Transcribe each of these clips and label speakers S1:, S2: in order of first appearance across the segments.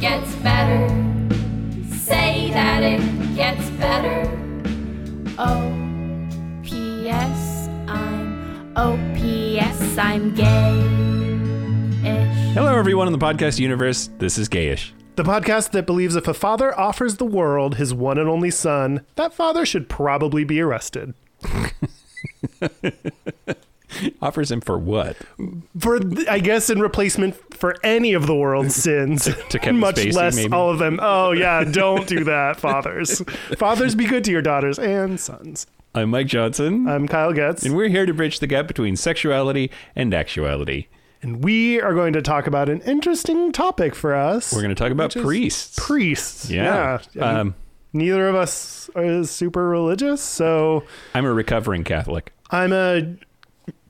S1: gets better. Say that it gets better. Oh, P.S. I'm, oh, P.S. I'm gay.
S2: Hello, everyone in the podcast universe. This is Gayish.
S3: The podcast that believes if a father offers the world his one and only son, that father should probably be arrested.
S2: Offers him for what?
S3: For, th- I guess, in replacement for any of the world's sins,
S2: to Kevin
S3: much
S2: Spacey,
S3: less
S2: maybe.
S3: all of them. Oh, yeah, don't do that, fathers. fathers, be good to your daughters and sons.
S2: I'm Mike Johnson,
S3: I'm Kyle Getz,
S2: and we're here to bridge the gap between sexuality and actuality.
S3: and we are going to talk about an interesting topic for us.
S2: We're going to talk about
S3: Which is
S2: priests.
S3: priests.
S2: yeah.
S3: I mean,
S2: Um,
S3: neither of us is super religious, so
S2: I'm a recovering Catholic.
S3: I'm a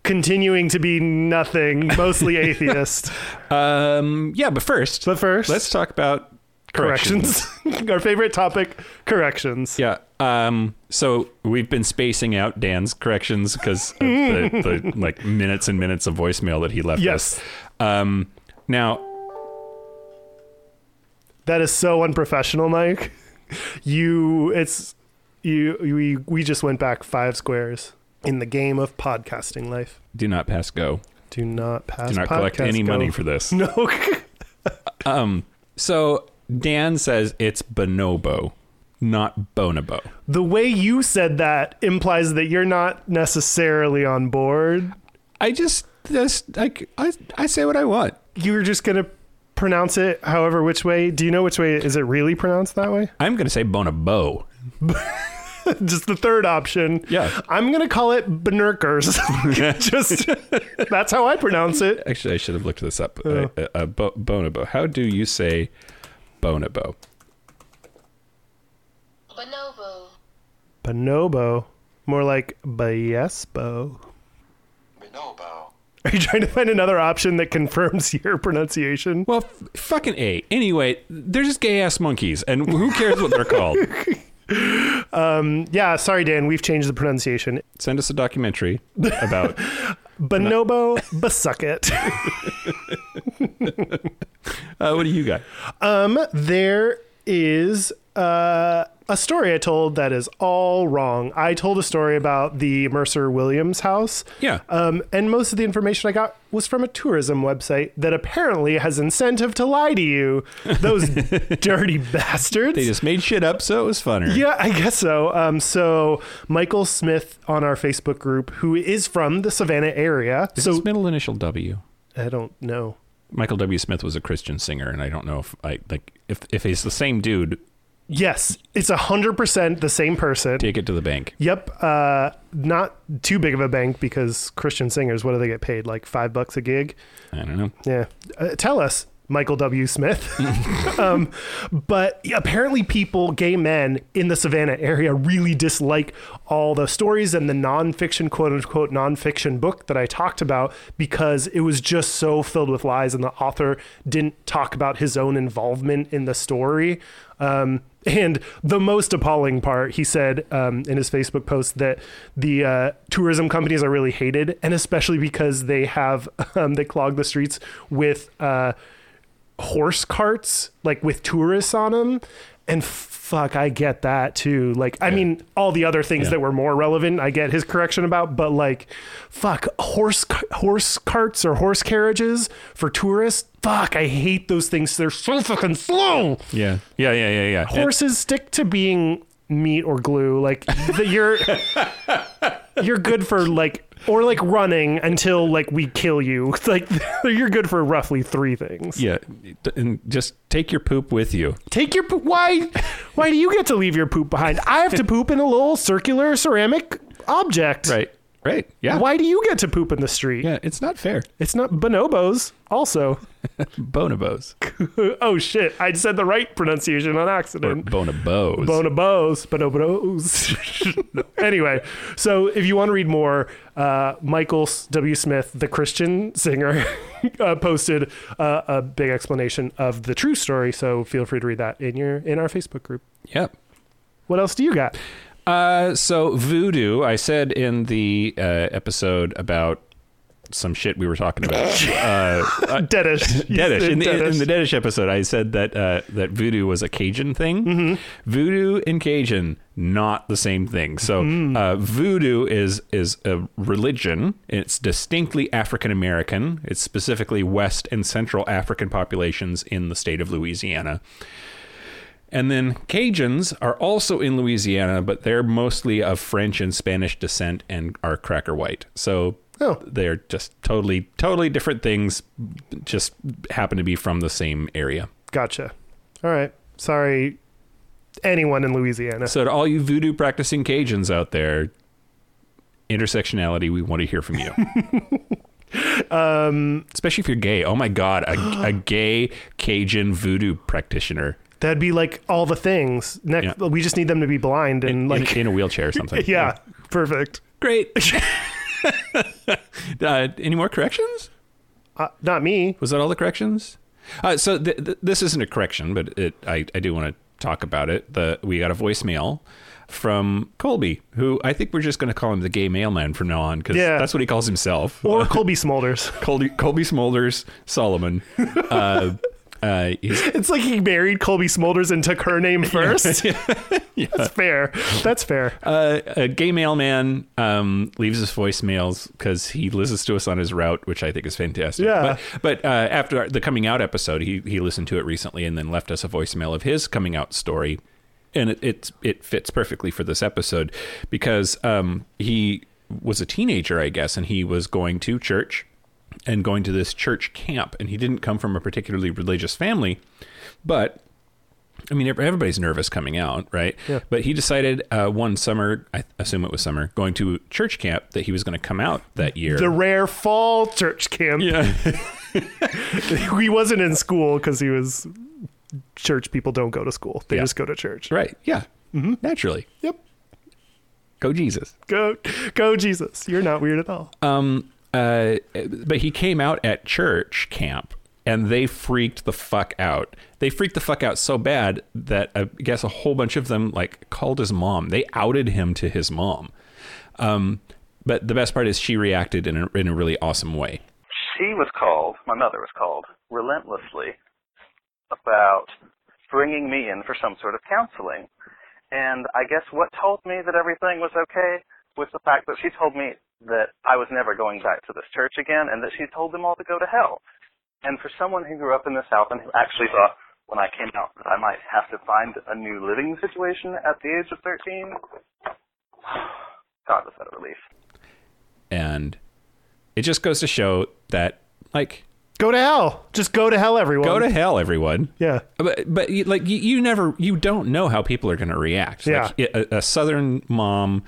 S3: continuing to be nothing, mostly atheist.
S2: Um, yeah, but first,
S3: But first,
S2: let's talk about corrections.
S3: corrections. Our favorite topic, corrections.
S2: Yeah. Um, so we've been spacing out Dan's corrections because of the, the like minutes and minutes of voicemail that he left
S3: Yes.
S2: us. Um, now,
S3: That is so unprofessional, Mike. You it's you we we just went back 5 squares in the game of podcasting life.
S2: do not pass go.
S3: Do not pass
S2: Do not collect
S3: podcast
S2: any
S3: go.
S2: money for this.
S3: No.
S2: So Dan says it's bonobo, not bonobo.
S3: the way you said that implies that you're not necessarily on board.
S2: I just this I, I I say what I want.
S3: You're just going to pronounce it however which way. Do you know which way is it really pronounced that way?
S2: I'm gonna say bonobo.
S3: just the third option.
S2: Yeah.
S3: I'm gonna call it Benerkers. just that's how I pronounce it.
S2: Actually, I should have looked this up.
S3: Oh.
S2: Uh, uh, uh, bo- bonobo. How do you say bonobo?
S4: Bonobo.
S3: Bonobo, more like Bayesbo.
S4: Bonobo.
S3: Are you trying to find another option that confirms your pronunciation?
S2: Well, f- fucking a. Anyway, they're just gay ass monkeys, and who cares what they're called?
S3: Yeah, sorry, Dan, we've changed the pronunciation.
S2: Send us a documentary about
S3: Bonobo, Basucket.
S2: uh, what do you got?
S3: Um, there is uh, a story I told that is all wrong. I told a story about the Mercer Williams house.
S2: Yeah.
S3: Um, and most of the information I got was from a tourism website that apparently has incentive to lie to you. Those dirty bastards.
S2: They just made shit up, so it was funner.
S3: Yeah, I guess so. Um, so Michael Smith on our Facebook group, who is from the Savannah area.
S2: Is
S3: so
S2: his middle initial W?
S3: I don't know.
S2: Michael W. Smith was a Christian singer, and I don't know if I like if if he's the same dude.
S3: Yes, it's hundred percent the same person.
S2: Take it to the bank.
S3: Yep. Uh, not too big of a bank because Christian singers, what do they get paid? Like five bucks a gig?
S2: I don't know.
S3: Yeah. Uh, tell us, Michael W. Smith. um, but apparently, people, gay men in the Savannah area, really dislike all the stories and the nonfiction, quote unquote, nonfiction book that I talked about because it was just so filled with lies and the author didn't talk about his own involvement in the story. Um, and the most appalling part, he said um, in his Facebook post that the uh, tourism companies are really hated, and especially because they have um, they clog the streets with uh, horse carts, like with tourists on them. And fuck, I get that too. Like, I mean, all the other things
S2: Yeah.
S3: that were more relevant, I get his correction about, but like, fuck, horse ca- horse carts or horse carriages for tourists. Fuck, I hate those things. They're so fucking slow
S2: Yeah, yeah, yeah, yeah, yeah. And-
S3: horses stick to being meat or glue like the, you're you're good for like or like running until like we kill you like you're good for roughly three things
S2: yeah, and just take your poop with you.
S3: take your poop why why do you get to leave your poop behind i have to poop in a little circular ceramic object
S2: Right, right. Yeah,
S3: why do you get to poop in the street
S2: yeah. It's not fair.
S3: it's not bonobos also
S2: Bonobos
S3: oh shit i said the right pronunciation on
S2: or
S3: accident
S2: bonobos.
S3: Bonobos, bonobos. anyway, so if you want to read more, uh, Michael W. Smith, the Christian singer, uh, posted uh, a big explanation of the true story. So feel free to read that in your in our Facebook group.
S2: yep.
S3: What else do you got?
S2: Uh, so voodoo, I said in the uh, episode about some shit we were talking about. uh, uh,
S3: Deadish.
S2: Deadish. In the,
S3: Deadish.
S2: in the Deadish episode, I said that uh, that voodoo was a Cajun thing. Voodoo and Cajun, not the same thing. So uh, voodoo is is a religion. It's distinctly African American. It's specifically West and Central African populations in the state of Louisiana. And then Cajuns are also in Louisiana, but they're mostly of French and Spanish descent and are cracker white. So
S3: Oh.
S2: they're just totally, totally different things, just happen to be from the same area.
S3: Gotcha. All right. Sorry, anyone in Louisiana.
S2: So to all you voodoo practicing Cajuns out there, intersectionality, we want to hear from you. um, Especially if you're gay. Oh my God, a, a gay Cajun voodoo practitioner
S3: That'd be like all the things. Next,
S2: Yeah.
S3: we just need them to be blind and
S2: in,
S3: like,
S2: in a wheelchair or something.
S3: yeah, perfect.
S2: Great. uh, any more corrections?
S3: Uh, not me.
S2: Was that all the corrections? Uh, so th- th- this isn't a correction, but it, I, I do want to talk about it. The we got a voicemail from Colby, who I think we're just going to call him the gay mailman from now on because
S3: Yeah.
S2: that's what he calls himself.
S3: Or Colby Smolders.
S2: Colby, Colby Smolders Solomon. Uh, uh, he's-
S3: It's like he married Colby Smolders and took her name first. That's fair. That's fair.
S2: uh, a gay mailman um, leaves us voicemails because he listens to us on his route, which I think is fantastic.
S3: Yeah.
S2: But, but uh, after our- the coming out episode, he, he listened to it recently and then left us a voicemail of his coming out story. And it, it, it fits perfectly for this episode because um, he was a teenager, I guess, and he was going to church and going to this church camp. And he didn't come from a particularly religious family, but I mean, ev- everybody's nervous coming out, right? But he decided uh, one summer, I assume it was summer, going to church camp that he was going to come out that year.
S3: The rare fall church camp.
S2: yeah.
S3: He wasn't in school because he was church people don't go to school. They
S2: Yeah.
S3: just go to church.
S2: right. Yeah. Naturally.
S3: Mm-hmm. Yep.
S2: Go Jesus.
S3: Go go Jesus. You're not weird at all.
S2: Um, uh, but he came out at church camp and they freaked the fuck out. They freaked the fuck out so bad that I guess a whole bunch of them like called his mom. They outed him to his mom. Um, but the best part is she reacted in a, in a really awesome way.
S5: she was called, my mother was called, relentlessly about bringing me in for some sort of counseling. And I guess what told me that everything was okay was the fact that she told me that I was never going back to this church again and that she told them all to go to hell. And for someone who grew up in the South and who actually thought when I came out that I might have to find a new living situation at the age of 13, God, was that a relief.
S2: and it just goes to show that like
S3: Go to hell. Just go to hell, everyone.
S2: go to hell everyone
S3: yeah.
S2: but but you- like you, you never you don't know how people are going to react like
S3: Yeah.
S2: a, a southern mom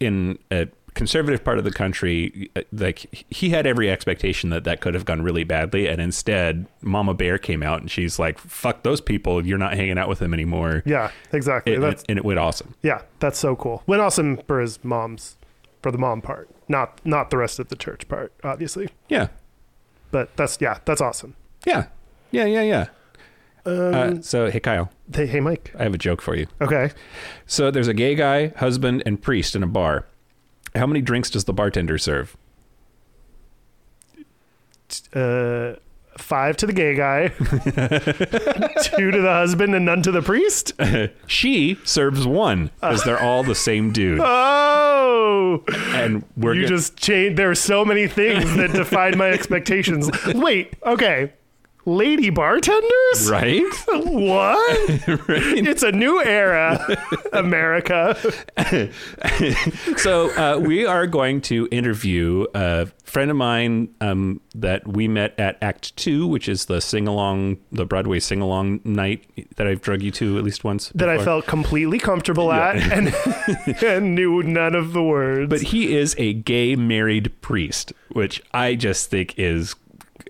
S2: in a conservative part of the country uh, like he had every expectation that that could have gone really badly and instead mama bear came out and she's like fuck those people you're not hanging out with them anymore
S3: Yeah. Exactly.
S2: and,
S3: That's
S2: and it went awesome
S3: Yeah, that's so cool. Went awesome for his mom's, for the mom part, not not the rest of the church part, obviously.
S2: yeah
S3: But that's yeah, that's awesome.
S2: yeah yeah yeah yeah uh, so hey kyle
S3: Hey, hey, Mike.
S2: i have a joke for you
S3: Okay,
S2: So there's a gay guy, husband, and priest in a bar. How many drinks does the bartender serve?
S3: uh, five to the gay guy, two to the husband, and none to the priest.
S2: She serves one because they're all the same dude.
S3: Oh,
S2: And we're
S3: you
S2: gonna-
S3: just changed. There are so many things that defied my expectations. Wait, okay, lady bartenders.
S2: right.
S3: What? It's a new era, America.
S2: so uh, we are going to interview a friend of mine um, that we met at Act Two, which is the sing along, the Broadway sing along night that I've drug you to at least once.
S3: that I
S2: before.
S3: felt completely comfortable at and, and knew none of the words.
S2: But he is a gay married priest, which I just think is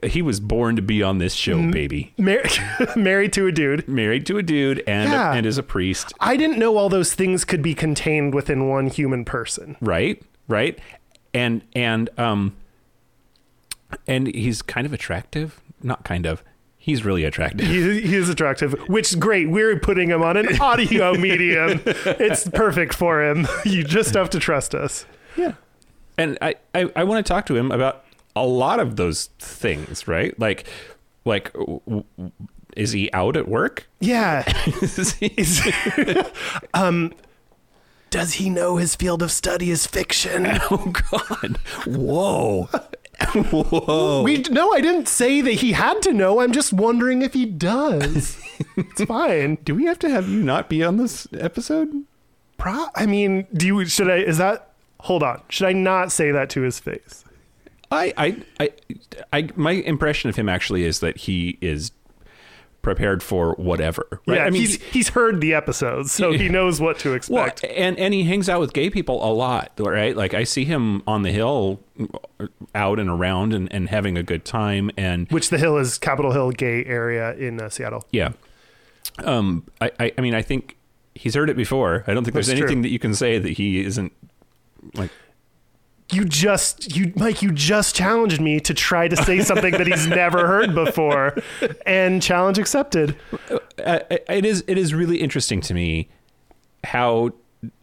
S2: he was born to be on this show,
S3: Mm.
S2: baby.
S3: Mar- married to a dude.
S2: married to a dude and
S3: Yeah.
S2: and is a priest,
S3: I didn't know all those things could be contained within one human person.
S2: right? Right? And and um and he's kind of attractive, not kind of. He's really attractive.
S3: He, he is attractive, which great. We're putting him on an audio medium. It's perfect for him. You just have to trust us.
S2: Yeah. And I I, I want to talk to him about a lot of those things, right? Like, like, w- w- is he out at work?
S3: Yeah.
S2: Is he-
S3: Does he know his field of study is fiction?
S2: oh God! Whoa! Whoa!
S3: We no, I didn't say that he had to know. I'm just wondering if he does. it's fine.
S2: Do we have to have you not be on this episode?
S3: Pro- I mean, do you should I is that hold on. Should I not say that to his face?
S2: I, I, I, I, my impression of him actually is that he is prepared for whatever. Right?
S3: Yeah,
S2: I mean,
S3: he's he's heard the episodes, so he knows what to
S2: well, eh.
S3: expect.
S2: and and he hangs out with gay people a lot, right? Like I see him on the hill, uh, out and around, and, and having a good time, and
S3: Which the hill is Capitol Hill gay area in uh, Seattle.
S2: Yeah. Um, I, I, I mean, I think he's heard it before. I don't think there's
S3: That's true.
S2: anything that you can say that he isn't like.
S3: You just you Mike, you just challenged me to try to say something that he's never heard before, and challenge accepted.
S2: I, I- it is. It is really interesting to me. How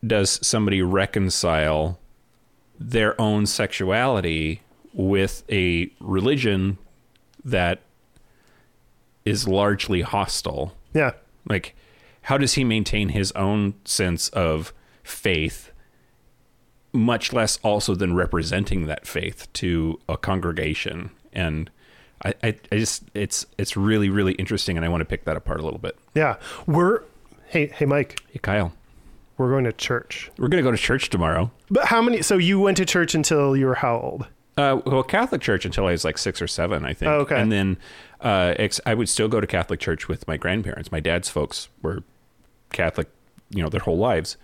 S2: does somebody reconcile their own sexuality with a religion that is largely hostile?
S3: Yeah.
S2: Like, how does he maintain his own sense of faith, much less also than representing that faith to a congregation? And I, I, I just, it's, it's really, really interesting, and I want to pick that apart a little bit.
S3: Yeah. We're hey, hey Mike,
S2: Hey, Kyle,
S3: we're going to church.
S2: we're gonna go to church tomorrow.
S3: But how many? So you went to church until you were how old?
S2: Uh, well, Catholic church until I was like six or seven, I think.
S3: Oh, okay.
S2: And then uh, ex- I would still go to Catholic church with my grandparents. My dad's folks were Catholic, you know, their whole lives.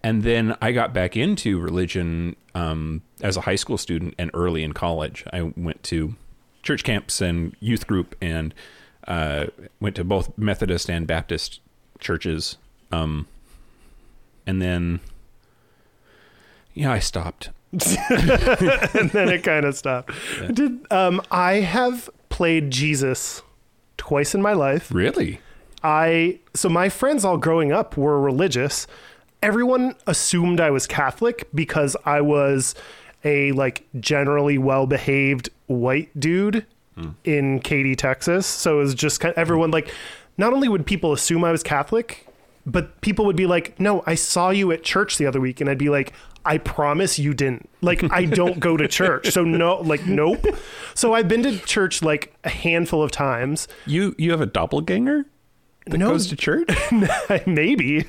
S2: And then I got back into religion um, as a high school student and early in college. I went to church camps and youth group and uh, went to both Methodist and Baptist churches. Um, and then, yeah, I stopped.
S3: And then it kind of stopped. Did um, I have played Jesus twice in my life?
S2: Really?
S3: I so my friends all growing up were religious. Everyone assumed I was Catholic because I was a like generally well-behaved white dude in Katy, Texas. So it was just kind everyone like not only would people assume I was Catholic, but people would be like, "No, I saw you at church the other week." And I'd be like, "I promise you didn't." Like I don't go to church. So no, like nope. So I've been to church like a handful of times.
S2: You you have a doppelganger that
S3: No.
S2: goes to church?
S3: maybe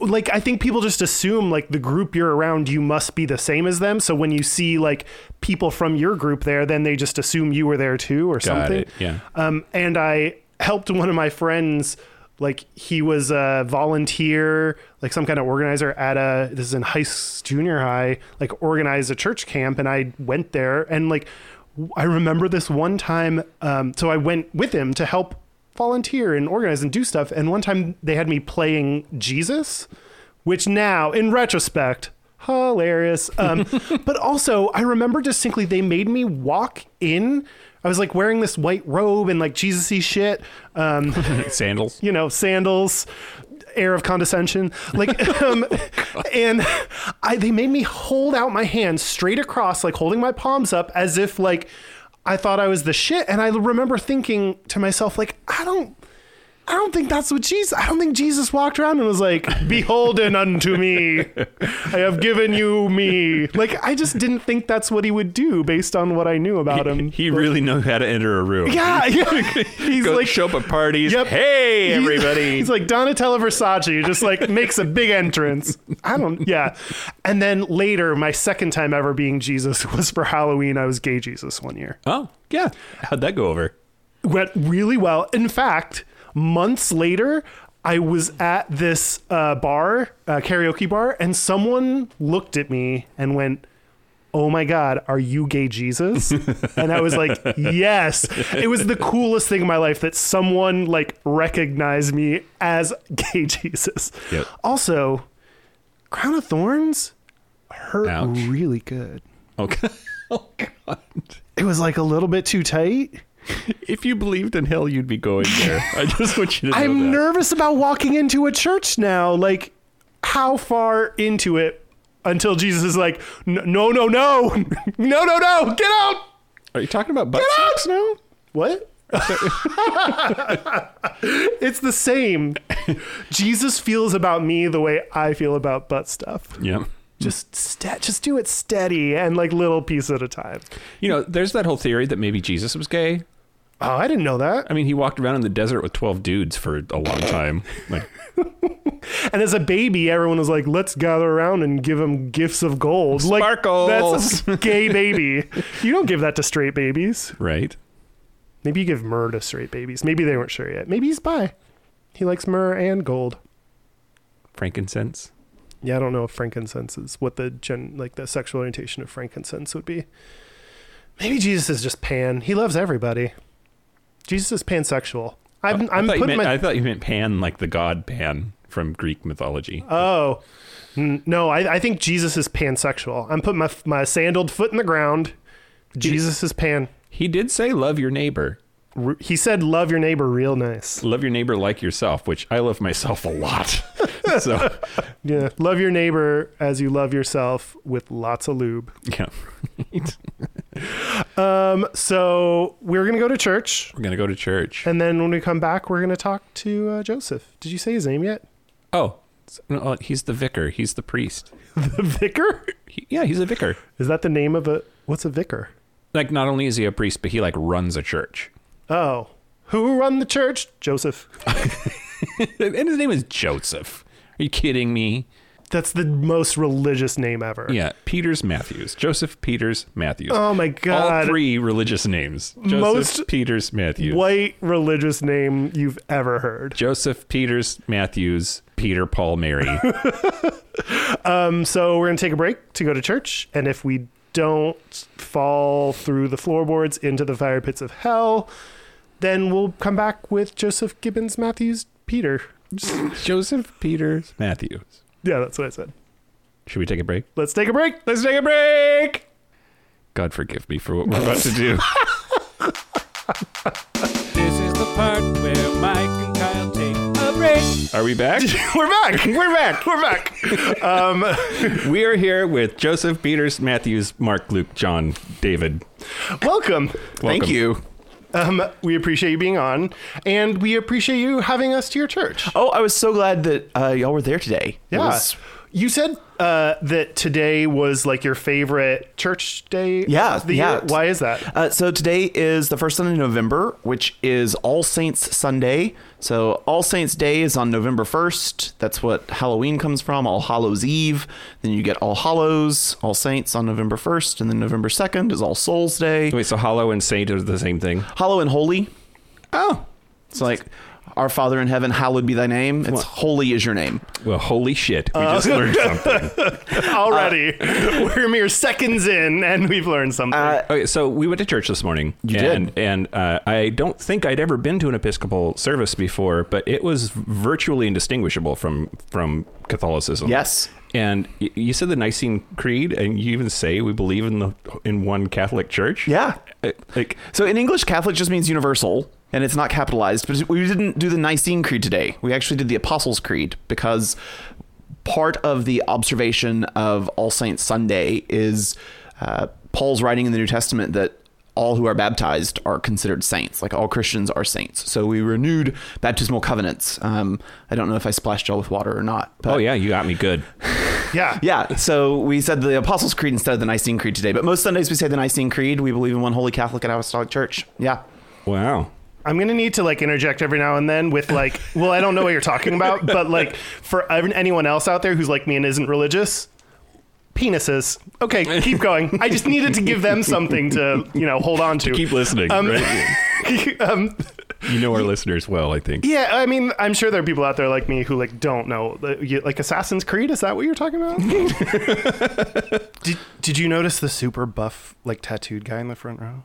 S3: like i think people just assume like the group you're around you must be the same as them so when you see like people from your group there then they just assume you were there too or something
S2: Yeah.
S3: um, and I helped one of my friends. Like he was a volunteer, like some kind of organizer at a this is in high s- junior high, like organized a church camp, and I went there and like w- I remember this one time. Um, so I went with him to help volunteer and organize and do stuff. And one time they had me playing Jesus, which now in retrospect hilarious um, but also i remember distinctly they made me walk in i was like wearing this white robe and like jesus-y shit um,
S2: Sandals.
S3: you know sandals air of condescension like um,
S2: Oh,
S3: and i they made me hold out my hands straight across like holding my palms up as if like i thought i was the shit and i remember thinking to myself like i don't I don't think that's what Jesus. I don't think Jesus walked around and was like, "Beholden unto me, I have given you me." Like I just didn't think that's what he would do based on what I knew about him.
S2: He really knows how to enter a room.
S3: yeah, yeah. he's
S2: Go
S3: like
S2: show up at parties.
S3: Yep.
S2: Hey
S3: He-
S2: everybody.
S3: He's like Donatella Versace, just like makes a big entrance. I don't, yeah. And then later, my second time ever being Jesus was for Halloween. I was gay Jesus one year.
S2: oh, yeah. How'd that go over?
S3: Went really well. In fact, months later, I was at this uh, bar, uh, karaoke bar, and someone looked at me and went, oh my god are you gay jesus and i was like yes it was the coolest thing in my life that someone like recognized me as gay jesus
S2: Yep.
S3: also crown of thorns hurt
S2: Ouch.
S3: really good
S2: Okay. Oh god.
S3: it was like a little bit too tight
S2: If you believed in hell, you'd be going there. I just want you to know
S3: i'm
S2: that.
S3: nervous about walking into a church now like how far into it until jesus is like "N- no no no no no no get out
S2: Are you talking about butt sex now?
S3: What? it's the same. Jesus feels about me the way I feel about butt stuff.
S2: Yeah.
S3: Just ste- just do it steady and like little piece at a time.
S2: You know, there's that whole theory that maybe Jesus was gay.
S3: Oh, I didn't know that.
S2: I mean, he walked around in the desert with 12 dudes for a long time. Like,
S3: And as a baby, everyone was like, "Let's gather around and give him gifts of gold." Like
S2: Sparkles.
S3: that's a gay baby. you don't give that to straight babies.
S2: right?
S3: Maybe you give myrrh to straight babies. Maybe they weren't sure yet. Maybe he's bi. He likes myrrh and gold.
S2: Frankincense.
S3: Yeah, I don't know if frankincense is what the gen like the sexual orientation of frankincense would be. Maybe Jesus is just pan. He loves everybody. Jesus is pansexual. I'm,
S2: Oh, I
S3: I'm
S2: thought, you
S3: putting
S2: meant,
S3: my
S2: I thought you meant Pan, like the god Pan from Greek mythology.
S3: oh N- no. I, I think Jesus is pansexual. I'm putting my f- my sandaled foot in the ground. Jesus is pan.
S2: he did say, love your neighbor.
S3: R- He said, "Love your neighbor real nice."
S2: Love your neighbor like yourself, which I love myself a lot. so,
S3: Yeah, love your neighbor as you love yourself with lots of lube.
S2: yeah.
S3: So we're gonna go to church.
S2: We're going to go to church.
S3: And then when we come back, we're going to talk to uh, Joseph. Did you say his name yet?
S2: Oh, s- no, he's the vicar. He's the priest.
S3: The vicar?
S2: He, yeah, he's a vicar.
S3: Is that the name of a. What's a vicar?
S2: Like, not only is he a priest, but he, like, runs a church.
S3: Oh. Who run the church? Joseph.
S2: And his name is Joseph. Are you kidding me?
S3: That's the most religious name ever.
S2: Yeah, Peters Matthews. Joseph Peters Matthews.
S3: Oh my
S2: All
S3: God.
S2: three religious names. Joseph
S3: Most-
S2: Peters Matthews.
S3: White religious name you've ever heard.
S2: Joseph Peters Matthews, Peter Paul Mary.
S3: Um, So we're going to take a break to go to church. And if we don't fall through the floorboards into the fire pits of hell, then we'll come back with Joseph Gibbons Matthews Peter.
S2: Joseph Peters Matthews.
S3: Yeah, that's what I said.
S2: Should we take a break?
S3: Let's take a break.
S2: Let's take a break. God forgive me for what we're about to do.
S6: This is the part where Mike and Kyle take a break.
S2: Are we back?
S3: We're back. We're back. We're back. Um,
S2: we are here with Joseph Peters Matthews, Mark, Luke, John, David.
S3: welcome.
S2: Welcome.
S7: you.
S3: Um, we appreciate you being on, and we appreciate you having us to your church.
S7: Oh, I was so glad that uh, y'all were there today. It
S3: yeah.
S7: was-
S3: You said uh, that today was like your favorite church day.
S7: Yeah,
S3: of the
S7: yeah.
S3: Year. Why is that?
S7: uh, so today is the first Sunday in November, which is All Saints Sunday. So All Saints Day is on November 1st. That's what Halloween comes from, All Hallows Eve. Then you get All Hallows, All Saints on November 1st. And then November 2nd is All Souls Day.
S2: Wait, so hollow and saint are the same thing?
S7: Hollow and Holy.
S2: Oh.
S7: It's like, Our Father in Heaven, hallowed be thy name. It's holy is your name.
S2: Well, holy shit. We just learned something.
S3: Already, Uh, we're mere seconds in, and we've learned something.
S2: Okay, so we went to church this morning. You
S7: did.
S2: and, and uh, I don't think I'd ever been to an Episcopal service before, but it was virtually indistinguishable from from Catholicism.
S7: Yes.
S2: and y- you said the Nicene Creed, and you even say we believe in the in one Catholic Church.
S7: Yeah.
S2: Uh, like
S7: So in English, Catholic just means universal, and it's not capitalized. But we didn't do the Nicene Creed today. We actually did the Apostles' Creed because part of the observation of All Saints Sunday is uh, Paul's writing in the New Testament that all who are baptized are considered saints. Like all Christians are saints. So we renewed baptismal covenants. Um, I don't know if I splashed y'all with water or not. But
S2: oh yeah, you got me good.
S3: yeah,
S7: yeah, so we said the Apostles' Creed instead of the Nicene Creed today, but most Sundays we say the Nicene Creed. We believe in one holy Catholic and apostolic church. Yeah.
S2: Wow.
S3: I'm gonna need to like interject every now and then with like, well, I don't know what you're talking about, but like for ev- anyone else out there who's like me and isn't religious, penises. Okay, keep going. I just needed to give them something to you know hold on to.
S2: Keep listening. right?
S3: um,
S2: You know our listeners well, I think.
S3: yeah, I mean, I'm sure there are people out there like me who like don't know like, you- like Assassin's Creed. Is that what you're talking about? did Did you notice the super buff like tattooed guy in the front row?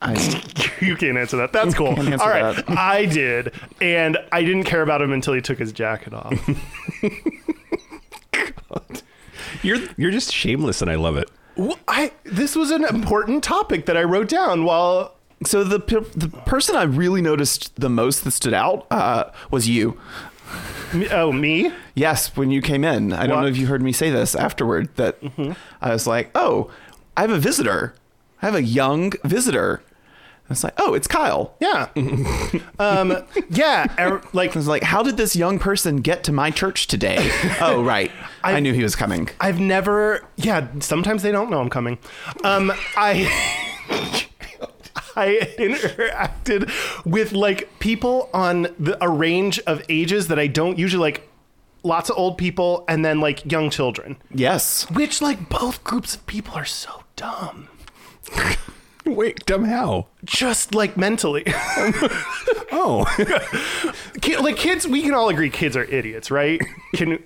S7: I,
S3: You can't answer that. That's cool.
S7: answer
S3: All right,
S7: that.
S3: I did, and I didn't care about him until he took his jacket off.
S2: You're you're just shameless, and I love it.
S3: Well, I this was an important topic that I wrote down while
S7: so the pe- the person I really noticed the most that stood out uh, was you.
S3: me- oh me
S7: Yes, when you came in, I
S3: What?
S7: don't
S3: Mm-hmm.
S7: know if you heard me say this afterward that I was like, "Oh, I have a visitor." I have a young visitor. And it's like, oh, it's Kyle.
S3: Yeah. um, yeah. er- like
S7: I was like, how did this young person get to my church today? oh, right. I,
S3: I-
S7: knew he was coming.
S3: I've never. Yeah, sometimes they don't know I'm coming. Um, I. I interacted with like people on the, a range of ages that I don't usually like. Lots of old people and then like young children,
S7: Yes.
S3: which like both groups of people are so dumb,
S2: Wait, dumb how?
S3: just like mentally.
S2: Oh,
S3: Ki- like kids, we can all agree kids are idiots, right? Can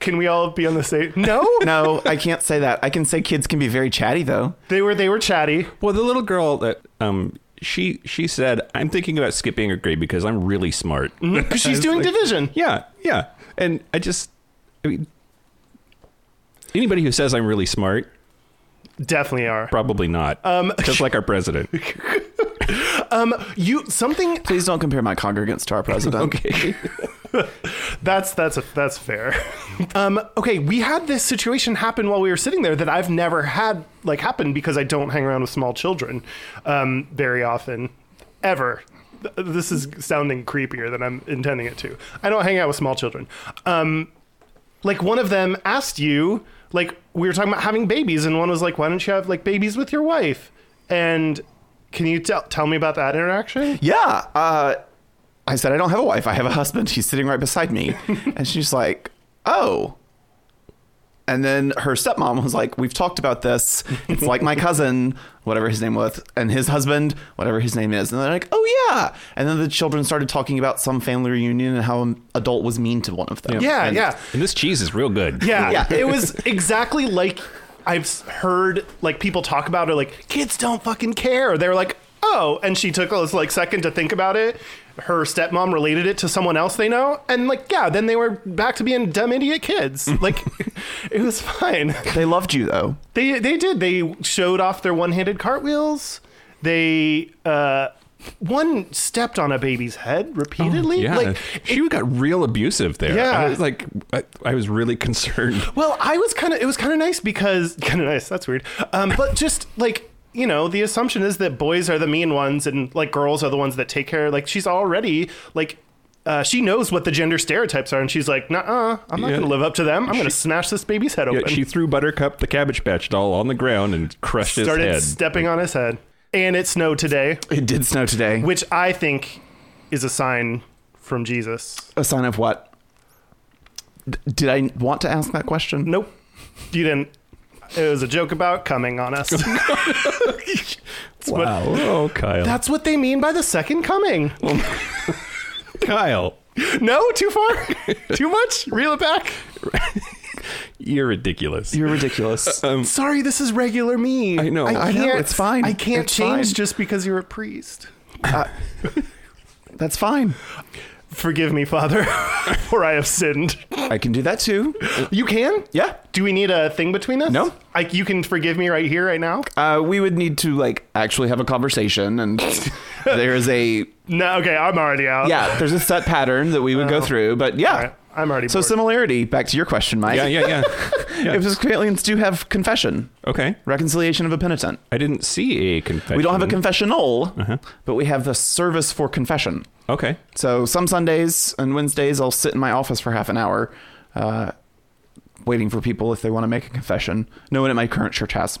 S3: can we all be on the same? No,
S7: No, I can't say that. I can say kids can be very chatty, though.
S3: they were they were chatty.
S2: well, the little girl that um she she said, "I'm thinking about skipping a grade because I'm really smart."
S3: Because she's doing division.
S2: Yeah, yeah. And I just, I mean, anybody who says I'm really smart,
S3: Definitely are.
S2: probably not. Um, just like our president.
S3: You something
S7: Please don't compare my congregants to our president.
S2: okay.
S3: That's that's a, that's fair. um, okay, we had this situation happen while we were sitting there that I've never had like happen because I don't hang around with small children um, very often, ever. Th- This is sounding creepier than I'm intending it to. I don't hang out with small children. Um, like one of them asked you, like we were talking about having babies, and one was like, "Why don't you have like babies with your wife?" And can you tell tell me about that interaction?
S7: Yeah. Uh, I said, I don't have a wife. I have a husband. He's sitting right beside me. and she's like, oh. And then her stepmom was like, we've talked about this. It's like my cousin, whatever his name was, and his husband, whatever his name is. And they're like, oh, yeah. And then the children started talking about some family reunion and how an adult was mean to one of them.
S3: Yeah,
S7: And-
S3: yeah.
S2: And this cheese is real good.
S3: Yeah,
S7: Yeah.
S3: it was exactly like I've s- heard like people talk about it. Like kids don't fucking care. They're like, oh, and she took this like second to think about it. Her stepmom related it to someone else they know, and like, yeah, then they were back to being dumb idiot kids. Like, it was fine.
S7: They loved you, though.
S3: They they did. They showed off their one handed cartwheels. They uh, one stepped on a baby's head repeatedly.
S2: Yeah,
S3: Like,
S2: she got real abusive there.
S3: Yeah.
S2: I was like, I, I was really concerned.
S3: Well, I was kind of it was kind of nice because kind of nice. That's weird. Um, but just like you know, the assumption is that boys are the mean ones and like girls are the ones that take care. Like she's already like. Uh, she knows what the gender stereotypes are, and she's like, "Nah, I'm not
S2: Yeah.
S3: gonna live up to them. I'm gonna smash this baby's head
S2: Yeah,
S3: open."
S2: she threw Buttercup the Cabbage Patch doll on the ground and crushed
S3: started
S2: his head.
S3: stepping on his head, and it snowed today,
S7: It did snow today.
S3: which I think is a sign from Jesus.
S7: a sign of what? D- did I want to ask that question?
S3: Nope, you didn't. It was a joke about coming on us.
S2: wow. Oh, Kyle.
S3: That's what they mean by the second coming.
S2: Kyle.
S3: No, too far, too much. Reel it back.
S2: You're ridiculous.
S7: You're ridiculous.
S3: Sorry, this is regular me.
S2: I know. I
S7: Mm. know,
S3: can't-
S7: it's fine.
S3: I can't
S7: It's
S3: change
S7: fine.
S3: just because you're a priest.
S7: That's fine.
S3: Forgive me, Father, for I have sinned.
S7: I can do that too.
S3: You can?
S7: Yeah.
S3: Do we need a thing between us?
S7: No.
S3: Like you can forgive me right here, right now.
S7: Uh, we would need to like actually have a conversation, and there is a
S3: No. Okay, I'm already out.
S7: yeah, there's a set pattern that we would go through. But yeah,
S3: All right, I'm already.
S7: so
S3: bored.
S7: similarity. Back to your question, Mike.
S2: yeah, yeah, yeah.
S7: If his aliens do have confession,
S2: Okay.
S7: reconciliation of a penitent.
S2: I didn't see a confession.
S7: We don't have a confessional,
S3: Uh-huh.
S7: but we have the service for confession.
S2: Okay.
S7: So some Sundays and Wednesdays, I'll sit in my office for half an hour, uh, waiting for people if they want to make a confession. No one at my current church has,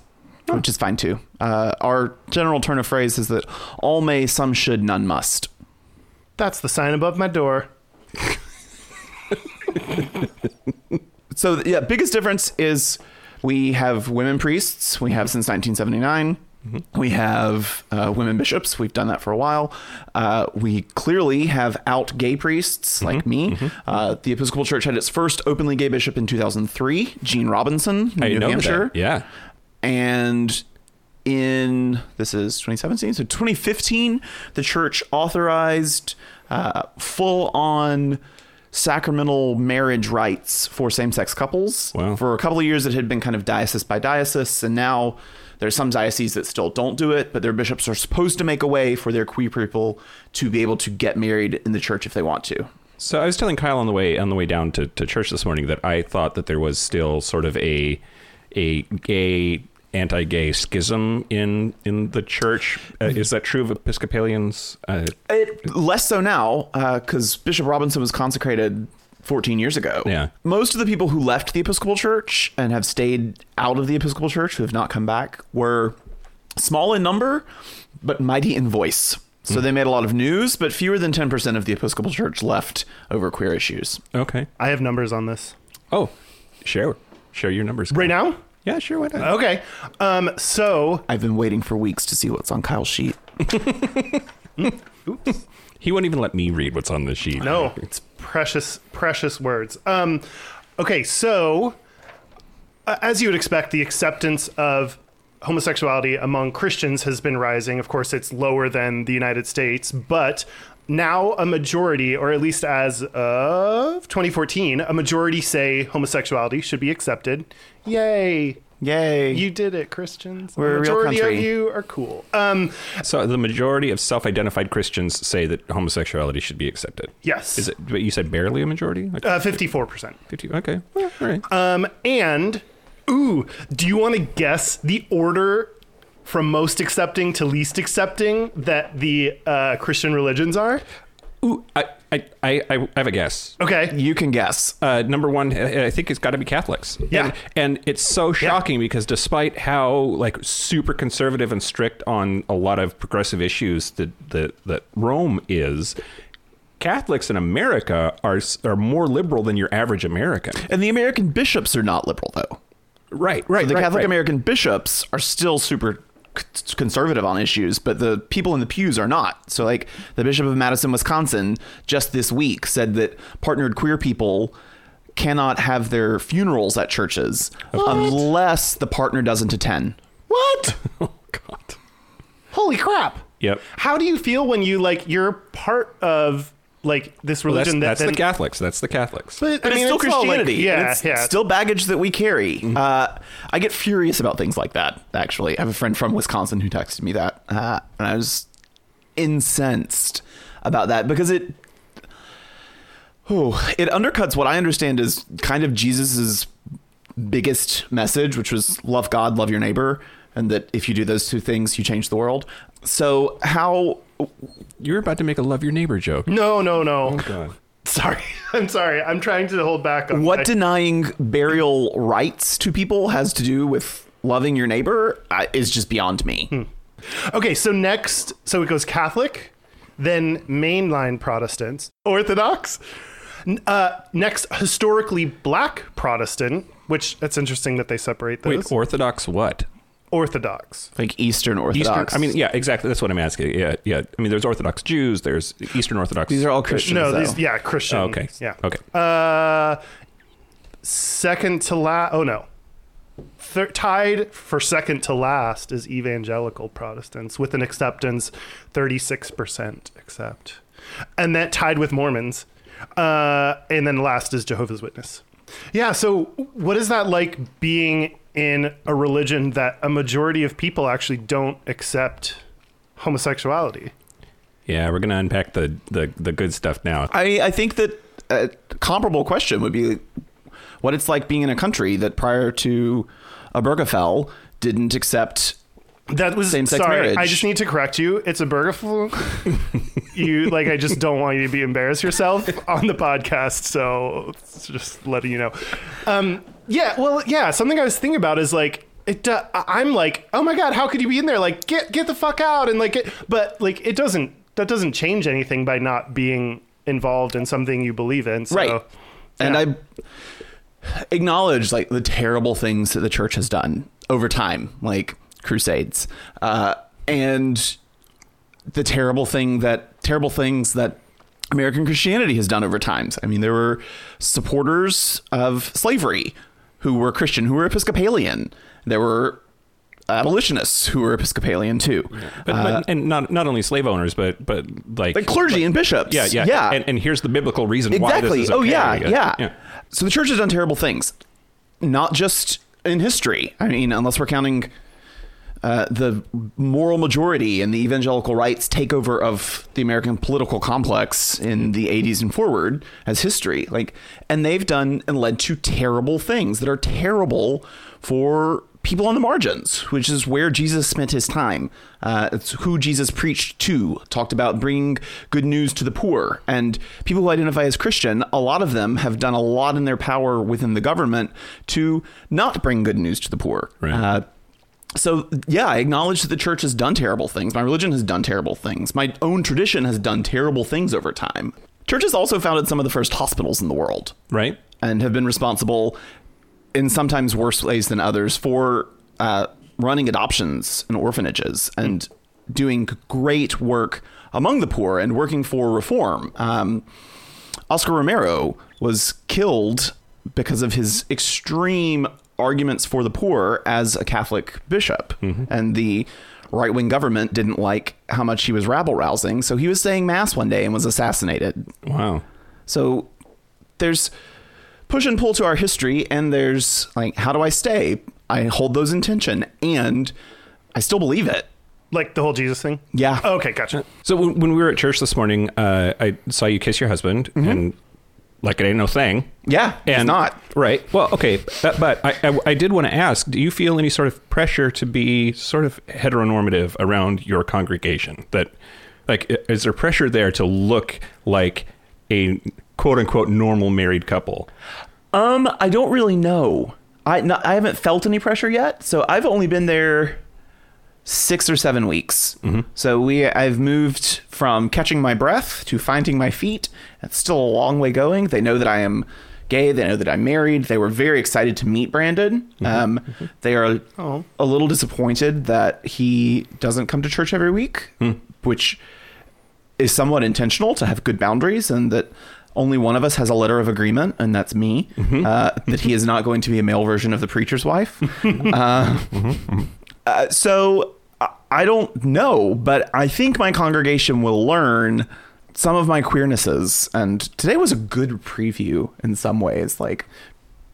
S7: which is fine too. Uh, our general turn of phrase is that all may, some should, none must.
S3: That's the sign above my door.
S7: So yeah, biggest difference is we have women priests. We have since 1979.
S2: Mm-hmm.
S7: We have uh, women bishops. We've done that for a while. Uh, we clearly have out gay
S2: Mm-hmm.
S7: priests like me. Uh, the Episcopal Church had its first openly gay bishop in 2003, Gene Robinson,
S2: I
S7: New
S2: know
S7: Hampshire.
S2: that. Yeah.
S7: And in this is 2017, so 2015, the church authorized uh, full on sacramental marriage rights for same sex couples.
S2: Wow.
S7: For a couple of years, it had been kind of diocese by diocese, and now there's some dioceses that still don't do it, but their bishops are supposed to make a way for their queer people to be able to get married in the church if they want to.
S2: So I was telling Kyle on the way on the way down to, to church this morning that I thought that there was still sort of a a gay anti-gay schism in in the church. Uh,
S7: Mm-hmm.
S2: is that true of Episcopalians? Uh,
S7: It, less so now, because Bishop Robinson was consecrated 14 years ago.
S2: Yeah.
S7: Most of the people who left the Episcopal Church and have stayed out of the Episcopal Church, who have not come back, were small in number, but mighty in voice.
S2: Hmm.
S7: So they made a lot of news, but fewer than 10% of the Episcopal Church left over queer issues.
S2: okay.
S3: I have numbers on this
S2: Oh, share share your numbers
S3: right now.
S2: Yeah, sure. Why not?
S3: Okay. Um, so
S7: I've been waiting for weeks to see what's on Kyle's sheet.
S2: He won't even let me read what's on the sheet.
S3: No, it's precious, precious words. Um, okay, so uh, as you would expect, the acceptance of homosexuality among Christians has been rising. Of course, it's lower than the United States, but now a majority, or at least as of 2014, a majority say homosexuality should be accepted. Yay!
S7: Yay.
S3: You did it, Christians.
S7: We're
S3: the
S7: a real
S3: majority of
S7: country.
S3: you are cool. Um,
S2: So the majority of self-identified Christians say that homosexuality should be accepted.
S3: yes,
S2: Is it? But you said barely a majority. Like
S3: Uh, 54%.
S2: 50, okay. Well, all right.
S3: Um, And ooh, do you want to guess the order from most accepting to least accepting that the uh, Christian religions are?
S2: Ooh, I, I, I, I have a guess.
S3: Okay.
S7: you can guess.
S2: Uh, number one, I I think it's got to be Catholics.
S3: Yeah.
S2: and, and it's so shocking because despite how like super conservative and strict on a lot of progressive issues that that, that Rome is. Catholics in America are s- are more liberal than your average American.
S7: And the American bishops are not liberal, though.
S2: Right, right.
S7: the
S2: right,
S7: Catholic
S2: right.
S7: American bishops are still super c- conservative on issues, but the people in the pews are not. So, like the Bishop of Madison, Wisconsin, just this week said that partnered queer people cannot have their funerals at churches unless the partner doesn't attend.
S3: What?
S2: Oh God.
S3: Holy crap.
S2: Yep.
S3: How do you feel when you like you're part of like this
S2: Well, that's
S3: religion
S2: that's
S3: that
S2: the Catholics. That's the Catholics.
S3: but,
S7: But
S3: I mean,
S7: it's still
S3: all, like,
S7: Christianity.
S3: yeah,
S7: and it's
S3: yeah. Mm-hmm.
S7: still baggage that we carry. Uh, I get furious about things like that. Actually, I have a friend from Wisconsin who texted me that, uh, and I was incensed about that because it, oh, it undercuts what I understand is kind of Jesus's biggest message, which was love God, love your neighbor, and that if you do those two things, you change the world. So how?
S2: You're about to make a love your neighbor joke.
S3: no, no, no.
S2: Oh, God.
S3: Sorry. I'm sorry. I'm trying to hold back on
S7: what
S3: I-
S7: denying burial rights to people has to do with loving your neighbor uh, is just beyond me.
S3: Hmm. Okay, so next, so it goes Catholic, then mainline Protestants, Orthodox. N- Uh, next, historically black Protestant, which that's interesting that they separate those.
S2: Wait, Orthodox what?
S3: Orthodox.
S7: Like Eastern Orthodox.
S2: Eastern. I mean, yeah, exactly. That's what I'm asking. Yeah, yeah. I mean, there's Orthodox Jews. There's Eastern Orthodox.
S7: these are all Christians.
S3: No,
S7: though.
S3: these, yeah, Christian.
S2: Oh, okay.
S3: Yeah.
S2: Okay.
S3: Uh, second to last, oh no. Thir- tied for second to last is evangelical Protestants with an acceptance 36% accept. And that tied with Mormons. Uh, and then last is Jehovah's Witness. Yeah, so what is that like being in a religion that a majority of people actually don't accept homosexuality?
S2: yeah, we're gonna unpack the the, the good stuff now.
S7: I, I think that a comparable question would be what it's like being in a country that prior to Obergefell didn't accept.
S3: That was
S7: Same-sex
S3: sorry,
S7: marriage.
S3: I just need to correct you. It's a burger flu. you like I just don't want you to be embarrassed yourself on the podcast, so it's just letting you know. Um, yeah, well, yeah. Something I was thinking about is like it. Uh, I- I'm like, oh my god, how could you be in there? Like, get get the fuck out and like. It, but like, it doesn't. That doesn't change anything by not being involved in something you believe in. So.
S7: Right. And
S3: yeah.
S7: I acknowledge like the terrible things that the church has done over time, like crusades, uh, and the terrible thing that terrible things that American Christianity has done over times. I mean, there were supporters of slavery who were Christian, who were Episcopalian. There were abolitionists who were Episcopalian too.
S2: But, but and not not only slave owners, but but like,
S7: Uh, Like clergy and bishops.
S2: Yeah, yeah,
S7: yeah.
S2: And, and here's the biblical reason why
S7: Exactly.
S2: this is
S7: oh
S2: okay.
S7: yeah, yeah, So the church has done terrible things, not just in history. I mean, unless we're counting uh, the moral majority and the evangelical right's takeover of the American political complex in the 80s and forward as history. Like, and they've done and led to terrible things that are terrible for people on the margins, which is where Jesus spent his time. Uh, it's who Jesus preached to, talked about bringing good news to the poor. And people who identify as Christian, a lot of them have done a lot in their power within the government to not bring good news to the poor.
S2: Right.
S7: Uh, so yeah, I acknowledge that the church has done terrible things. My religion has done terrible things. My own tradition has done terrible things over time. Churches also founded some of the first hospitals in the world
S2: right?
S7: and have been responsible in sometimes worse ways than others for uh, running adoptions and orphanages and doing great work among the poor and working for reform. Um, Oscar Romero was killed because of his extreme arguments for the poor as a Catholic bishop. And the right wing government didn't like how much he was rabble rousing. So he was saying mass one day and was assassinated.
S2: Wow.
S7: So there's push and pull to our history, and there's like, how do I stay? I hold those in tension, and I still believe it.
S3: Like the whole Jesus thing?
S7: Yeah.
S3: Okay, gotcha.
S2: So when, when we were at church this morning, uh, I saw you kiss your husband,
S7: Mm-hmm.
S2: and like it ain't no thing.
S7: Yeah, it's
S2: and
S7: not.
S2: right. Well, okay, but, but I, I I did want to ask: Do you feel any sort of pressure to be sort of heteronormative around your congregation? That like i- is there pressure there to look like a quote unquote normal married couple?
S7: Um, I don't really know. I no, I haven't felt any pressure yet, so I've only been there six or seven weeks. So we I've moved from catching my breath to finding my feet. It's still a long way going. They know that I am gay. They know that I'm married. They were very excited to meet Brandon. Um, they are a little disappointed that he doesn't come to church every week, which is somewhat intentional to have good boundaries and that only one of us has a letter of agreement, and that's me. Uh, that he is not going to be a male version of the preacher's wife. Uh, uh, so I- I don't know, but I think my congregation will learn some of my queernesses. And today was a good preview in some ways, like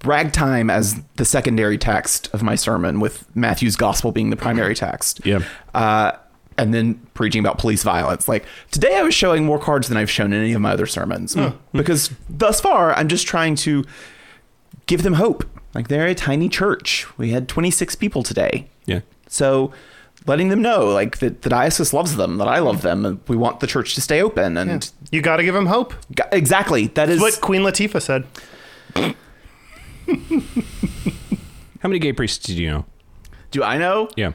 S7: ragtime as the secondary text of my sermon, with Matthew's gospel being the primary text
S2: Yeah.
S7: uh, and then preaching about police violence. Like today, I was showing more cards than I've shown in any of my other sermons because thus far, I'm just trying to give them hope. Like they're a tiny church. We had 26 people today,
S2: Yeah.
S7: so letting them know like that the diocese loves them, that I love them, and we want the church to stay open. And
S3: You got to give him hope.
S7: G- exactly, that is
S3: That's what Queen Latifah said.
S2: How many gay priests do you know?
S7: do I know?
S2: Yeah.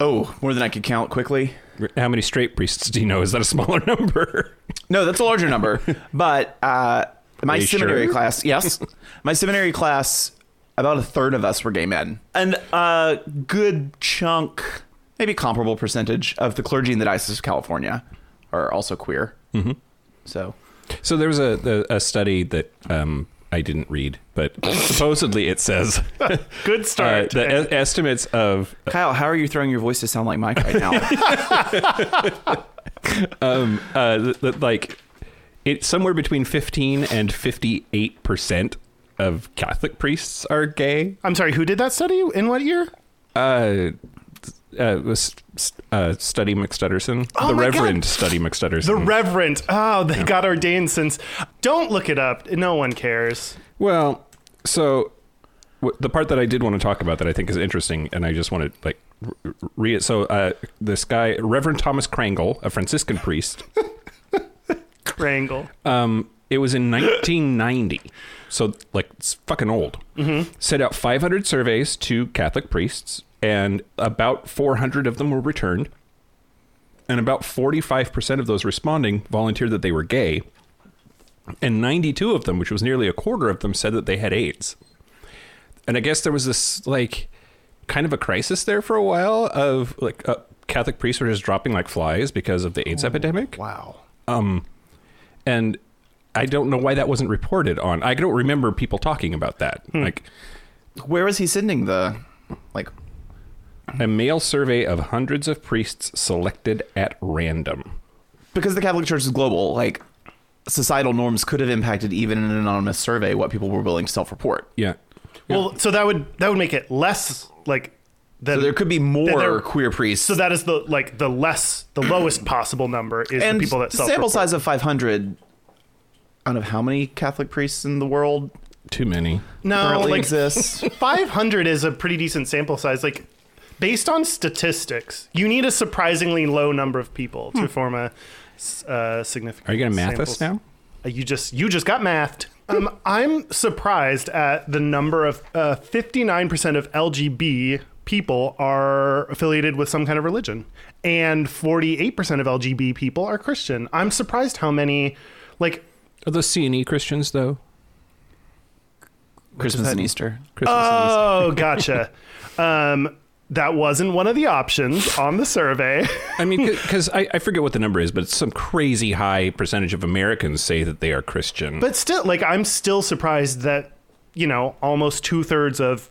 S7: Oh, more than I could count quickly.
S2: R- How many straight priests do you know? Is that a smaller number?
S7: No, that's a larger number. but uh, my
S2: Are you
S7: seminary
S2: sure?
S7: class, yes, my seminary class, about a third of us were gay men, and a good chunk, maybe comparable percentage of the clergy in the diocese of California are also queer. Mm-hmm. So
S2: So there was a a, a study that um, I didn't read, but supposedly it says uh,
S3: Good start.
S2: the e- estimates of
S7: Kyle, how are you throwing your voice to sound like Mike right now?
S2: uh, th- th- like it's somewhere between 15 and 58 percent of Catholic priests are gay.
S3: I'm sorry, who did that study? In what year?
S2: Uh, uh, was uh, Study McStutterson, the
S3: Oh my
S2: Reverend
S3: God.
S2: Study McStutterson.
S3: The Reverend. Oh, they got ordained since. Don't look it up. No one cares.
S2: Well, so w- the part that I did want to talk about that I think is interesting, and I just want to like re- read it. So uh, this guy, Reverend Thomas Crangle, a Franciscan priest,
S3: Crangle.
S2: um, it was in 1990, so like it's fucking old. Mm-hmm. Sent out 500 surveys to Catholic priests, and about 400 of them were returned. And about 45% of those responding volunteered that they were gay. And 92 of them, which was nearly a quarter of them, said that they had AIDS. and I guess there was this like kind of a crisis there for a while of like uh, Catholic priests were just dropping like flies because of the AIDS epidemic. Wow. Um, and I don't know why that wasn't reported on. I don't remember people talking about that.
S7: Hmm.
S2: Like
S7: Where is he sending the like?
S2: a mail survey of hundreds of priests selected at random.
S7: Because the Catholic Church is global, like societal norms could have impacted even in an anonymous survey what people were willing to self-report.
S2: Yeah.
S3: Well, so that would that would make it less like than,
S7: So there could be more
S3: there-
S7: queer priests.
S3: So that is the like the less the lowest possible number is
S7: and
S3: the people that
S7: the sample
S3: self
S7: size of 500 out of how many catholic priests in the world
S8: Too many.
S3: No,
S7: currently
S3: Oh, like
S7: exists.
S3: 500 is a pretty decent sample size. Like, based on statistics, you need a surprisingly low number of people to form a s- uh, significant.
S2: Hmm. Are you going to math
S3: sample
S2: us
S3: s-
S2: now?
S3: Uh, You just you just got mathed. Um, I'm surprised at the number of uh, 59% of LGB people are affiliated with some kind of religion, and 48% of LGB people are Christian. I'm surprised how many, like,
S2: Are those CNE Christians though?
S7: Christmas and Easter.
S2: Christians
S7: Uh,
S3: Oh, gotcha. um, that wasn't one of the options on the survey.
S2: I
S7: hmm.
S2: mean, because I, I forget what the number is, but it's some crazy high percentage of Americans say that they are Christian.
S3: But still, like, I'm still surprised that, you know, almost two thirds of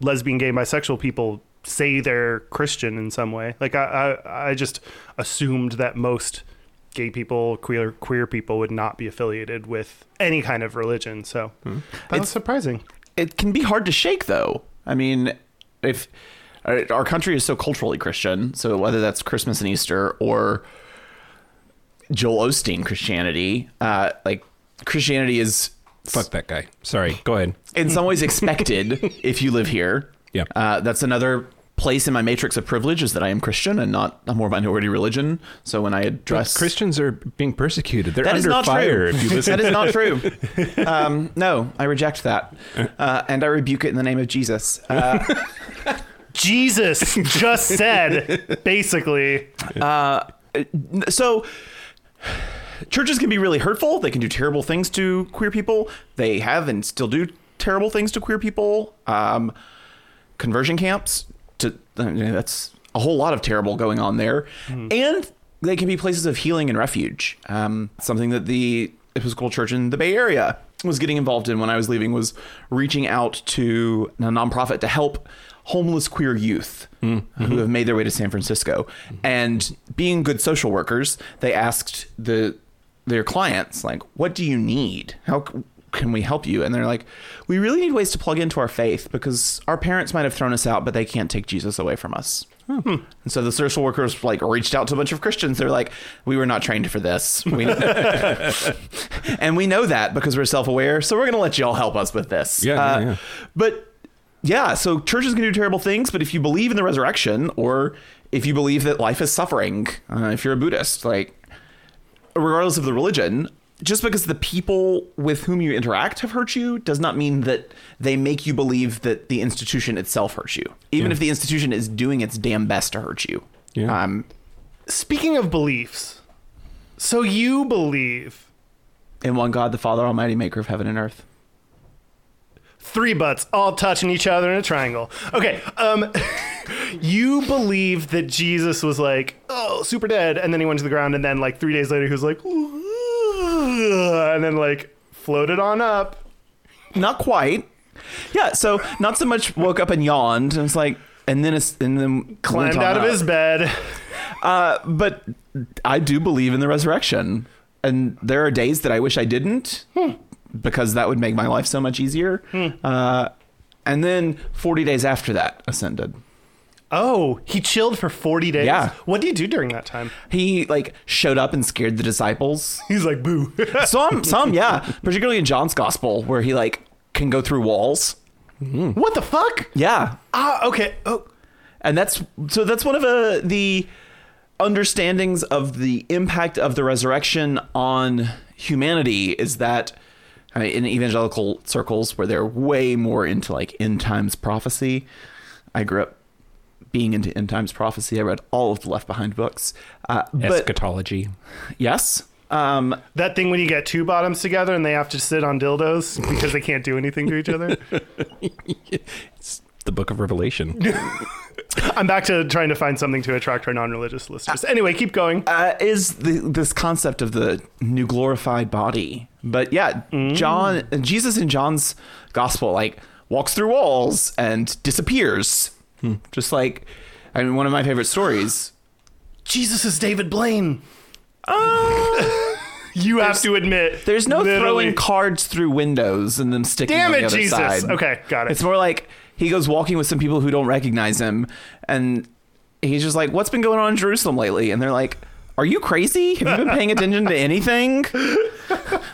S3: lesbian, gay, bisexual people say they're Christian in some way. Like, I, I, I just assumed that most gay people, queer, queer people would not be affiliated with any kind of religion. So that was surprising.
S7: It can be hard to shake, though. I mean, if our our country is so culturally Christian, so whether that's Christmas and Easter or Joel Osteen Christianity, uh, like Christianity is
S2: Fuck that guy. Sorry. Go ahead.
S7: in some ways expected if you live here.
S2: Yeah.
S7: Uh, that's another place in my matrix of privilege is that I am Christian and not a more minority religion. So when I address
S2: Christians are being persecuted. They're
S7: That is
S2: under
S7: not
S2: fire.
S7: true.
S2: If you listen,
S7: that is not true. Um, no, I reject that, uh, and I rebuke it in the name of Jesus. Uh,
S3: Jesus just said, basically,
S7: so, churches can be really hurtful. They can do terrible things to queer people. They have and still do terrible things to queer people. Um, conversion camps. To I mean, that's a whole lot of terrible going on there, and they can be places of healing and refuge. Um, something that the Episcopal Church in the Bay Area was getting involved in when I was leaving was reaching out to a nonprofit to help homeless queer youth who have made their way to San Francisco. And being good social workers, they asked the their clients like what do you need how c- can we help you and they're like we really need ways to plug into our faith because our parents might have thrown us out but they can't take jesus away from us
S2: Hmm.
S7: Hmm. and so the social workers like reached out to a bunch of christians they're like we were not trained for this we, and we know that because we're self-aware so we're going to let y'all help us with this Uh,
S2: Yeah, yeah, yeah.
S7: but yeah, so churches can do terrible things, but if you believe in the resurrection, or if you believe that life is suffering, uh, if you're a Buddhist, like regardless of the religion, just because the people with whom you interact have hurt you does not mean that they make you believe that the institution itself hurts you, even if the institution is doing its damn best to hurt you.
S2: Yeah.
S7: Um,
S3: speaking of beliefs, so you believe
S7: in one God, the Father Almighty, Maker of heaven and earth.
S3: three butts all touching each other in a triangle. Okay, um, you believe that Jesus was like, oh, super dead, and then he went to the ground, and then like three days later he was like, and then like floated on up.
S7: Not quite. Yeah, so not so much woke up and yawned and it's like, and then it's, and then
S3: Climbed
S7: went on
S3: out of
S7: up.
S3: his bed.
S7: but I do believe in the resurrection. And there are days that I wish I didn't because that would make my life so much easier. Uh, and then 40 days after that, ascended.
S3: Oh, he chilled for 40 days.
S7: Yeah.
S3: What did he do during that time?
S7: He like showed up and scared the disciples.
S3: He's like, boo.
S7: Some, some, yeah, particularly in John's gospel where he like can go through walls.
S3: what the fuck?
S7: Yeah,
S3: Ah, okay. Oh,
S7: and that's so that's one of uh, the understandings of the impact of the resurrection on humanity is that I mean, in evangelical circles where they're way more into like end times prophecy i grew up being into end times prophecy i read all of the left behind books uh, but
S2: eschatology.
S7: yes um,
S3: that thing when you get two bottoms together and they have to sit on dildos because they can't do anything to each other.
S2: The Book of Revelation.
S3: I'm back to trying to find something to attract our non-religious listeners. Anyway, keep going.
S7: uh, is the, this concept of the new glorified body. But yeah, John, Jesus in John's gospel, like walks through walls and disappears, just like I mean, one of my favorite stories.
S3: Jesus is David Blaine. Oh. you have to admit,
S7: There's no
S3: literally-
S7: throwing cards through windows and them sticking.
S3: Damn
S7: on the
S3: it,
S7: other
S3: Jesus!
S7: side.
S3: Okay, got it.
S7: It's more like he goes walking with some people who don't recognize him, and he's just like, "What's been going on in Jerusalem lately?" And they're like, "Are you crazy? Have you been paying attention to anything?"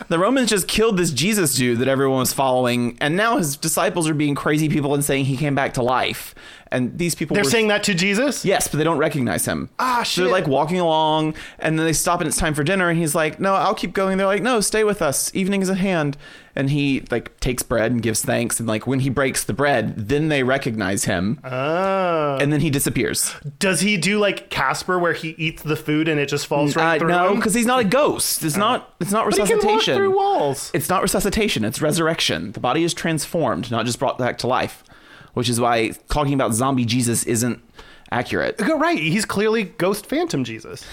S7: the Romans just killed this Jesus dude that everyone was following, and now his disciples are being crazy people and saying he came back to life. And these people
S3: They're
S7: were-
S3: saying that to Jesus?
S7: yes, but they don't recognize him.
S3: Ah,
S7: So they're
S3: shit.
S7: like walking along, and then they stop, and it's time for dinner, and he's like, "No, I'll keep going." They're like, "No, stay with us. Evening is at hand." And he like takes bread and gives thanks, and like when he breaks the bread, then they recognize him,
S3: Uh-huh.
S7: and then he disappears.
S3: Ah. Does he do like Casper where he eats the food and it just falls right
S7: Uh,
S3: through
S7: no,
S3: him?
S7: because he's not a ghost. It's not. It's not
S3: But he
S7: resuscitation.
S3: can walk through walls.
S7: It's not resuscitation, it's resurrection. The body is transformed, not just brought back to life, which is why talking about zombie Jesus isn't accurate.
S3: Go right. He's clearly Ghost Phantom Jesus.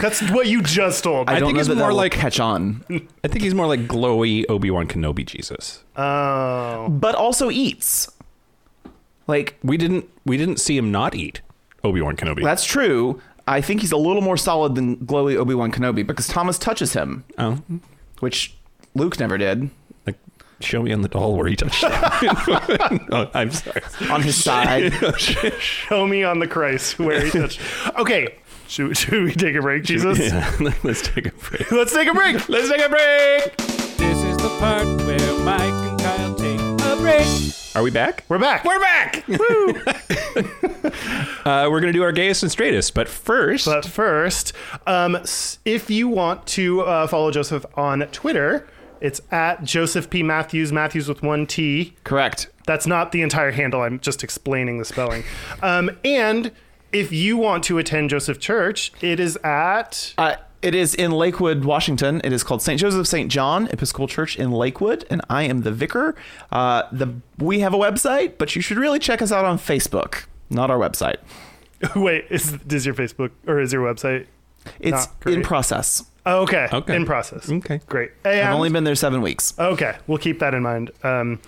S3: That's what you just told
S7: I
S3: me.
S7: don't
S2: think
S7: know
S2: it's
S7: that that
S2: more
S7: will
S2: like-
S7: catch on,
S2: I think he's more like glowy Obi Wan Kenobi Jesus.
S3: Oh.
S7: but also eats. Like
S2: We didn't we didn't see him not eat Obi Wan Kenobi.
S7: that's true. I think he's a little more solid than glowy Obi Wan Kenobi because Thomas touches him,
S2: oh,
S7: which Luke never did
S2: like show me on the doll where he touched. it. No, I'm sorry.
S7: on his side.
S3: Show me on the Christ where he touched. Okay. Should, should we take a break, Jesus?
S2: Yeah, let's take a break.
S3: Let's take a break. Let's take a break.
S9: This is the part where Mike and Kyle take a break.
S2: Are we back?
S3: We're back. We're back.
S2: Uh, we're gonna do our gayest and straightest, but first,
S3: But first, um, s- if you want to uh, follow Joseph on Twitter, it's at Joseph P. Matthews, Matthews with one T.
S7: Correct.
S3: That's not the entire handle. I'm just explaining the spelling. Um, and if you want to attend Joseph Church, it is at.
S7: Uh, it is in Lakewood, Washington. It is called St. Joseph St. John Episcopal Church in Lakewood, and I am the vicar. Uh, the we have a website, but you should really check us out on Facebook, not our website.
S3: Wait, is, is your Facebook or is your website?
S7: It's
S3: Not great.
S7: in process.
S3: Oh, okay.
S2: Okay.
S3: In process.
S2: Okay.
S3: Great.
S7: I've
S3: And-
S7: only been there seven weeks.
S3: Okay, we'll keep that in mind. Um,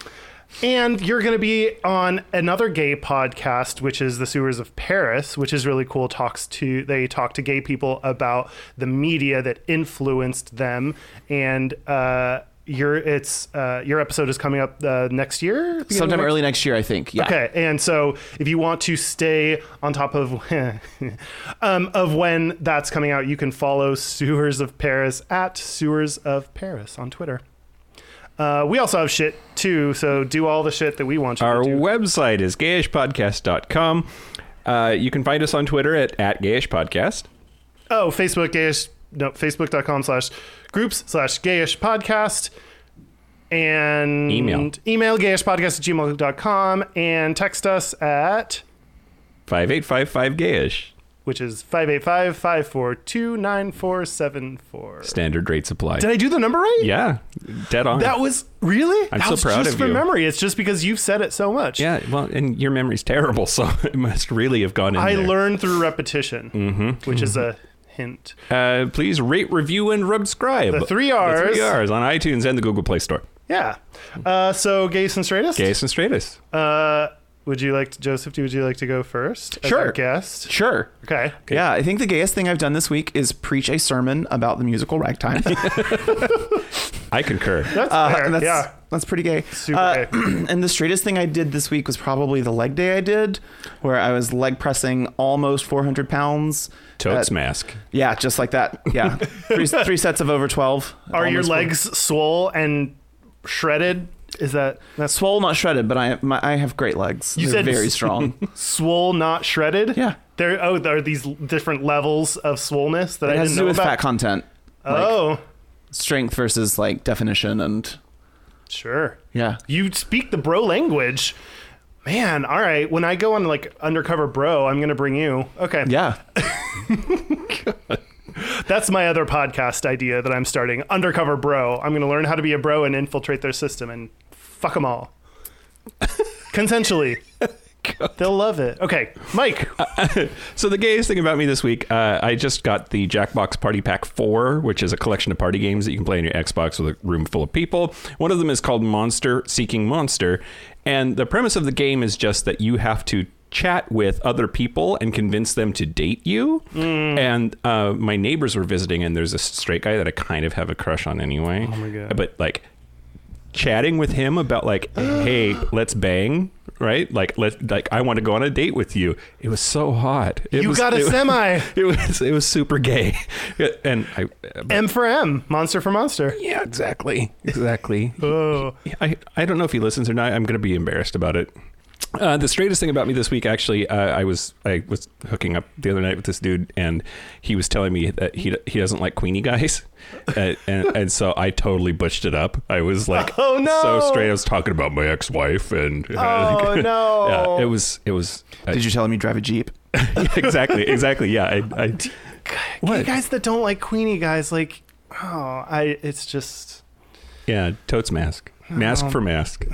S3: and you're going to be on another gay podcast, which is the Sewers of Paris, which is really cool. Talks to they talk to gay people about the media that influenced them, and uh, your it's uh, your episode is coming up uh, next year, beginning of
S7: Sometime
S3: next-
S7: early next year, I think. Yeah.
S3: Okay, and so if you want to stay on top of um, of when that's coming out, you can follow Sewers of Paris at Sewers of Paris on Twitter. Uh, we also have shit too, so do all the shit that we want you
S2: Our
S3: to do.
S2: website is gayishpodcast.com. Uh, you can find us on Twitter at, at gayishpodcast.
S3: oh, Facebook gayish, no, Facebook.com slash groups slash gayish podcast. And
S2: Email.
S3: email gayishpodcast at gmail.com and text us at
S2: 5855gayish.
S3: which is 585 542 9474.
S2: Standard rate supply.
S3: Did I do the number right?
S2: yeah, dead on.
S3: That was really.
S2: I'm
S3: that
S2: so
S3: was
S2: proud
S3: just
S2: of
S3: from
S2: you.
S3: memory. It's just because you've said it so much.
S2: yeah, well, and your memory's terrible, so it must really have gone in
S3: I
S2: there.
S3: learned through repetition,
S7: Mm-hmm.
S3: which is a hint.
S2: Uh, please rate, review, and subscribe.
S3: The three R's.
S2: The three R's on iTunes and the Google Play Store.
S3: Yeah. Uh, so, gays and straightest.
S2: Gayest and straightest.
S3: Uh, would you like to, Joseph? Would you like to go first? as
S7: Sure.
S3: our guest.
S7: Sure.
S3: Okay.
S7: Yeah, I think the gayest thing I've done this week is preach a sermon about the musical Ragtime.
S2: I concur.
S3: That's
S7: Uh,
S3: fair.
S7: and that's,
S3: yeah.
S7: that's pretty gay.
S3: Super
S7: Uh,
S3: gay.
S7: and the straightest thing I did this week was probably the leg day I did, where I was leg pressing almost 400 pounds.
S2: Totes
S7: Uh,
S2: mask.
S7: Yeah, just like that. Yeah, three, three sets of over 12.
S3: Are your
S7: Almost
S3: legs swole and shredded? Is that that's
S7: four- swole, not shredded? But I, my, I have great legs. You
S3: said-
S7: very strong.
S3: swole not shredded?
S7: Yeah.
S3: There. Oh, there are these different levels of swoleness that I
S7: it
S3: didn't
S7: has to do
S3: know
S7: with
S3: about.
S7: fat content,
S3: oh,
S7: strength versus like definition, and
S3: sure.
S7: yeah,
S3: You speak the bro language. Man, all right. When I go on like undercover bro, I'm gonna bring you. Okay.
S7: yeah.
S3: That's my other podcast idea that I'm starting. Undercover bro. I'm gonna learn how to be a bro and infiltrate their system and fuck them all. Consensually. They'll love it. Okay, Mike.
S2: Uh, So the gayest thing about me this week, uh, I just got the Jackbox Party Pack 4, which is a collection of party games that you can play on your Xbox with a room full of people. One of them is called Monster Seeking Monster, and the premise of the game is just that you have to chat with other people and convince them to date you. And uh, my neighbors were visiting, and there's a straight guy that I kind of have a crush on anyway. Oh my god! But like chatting with him about like, hey, let's bang, right? Like, let like I want to go on a date with you. It was so hot. It
S3: You
S2: was-
S3: got a
S2: it was-
S3: semi.
S2: It was it was super gay, and I. but-
S3: M for M, monster for monster.
S2: yeah, exactly, exactly.
S3: Oh,
S2: I, I don't know if he listens or not. I'm going to be embarrassed about it. Uh, the straightest thing about me this week, actually, uh, I was I was hooking up the other night with this dude, and he was telling me that he he doesn't like Queenie guys, uh, and and so I totally butched it up. I was like,
S3: Oh, no.
S2: so straight. I was talking about my ex wife, and
S3: Oh, no.
S2: yeah, it was it was uh,
S7: Did you tell him you drive a jeep?
S2: exactly exactly yeah. I, I,
S3: you guys that don't like Queenie guys, like, oh, I. It's just.
S2: yeah, totes mask, mask
S3: Oh.
S2: for mask.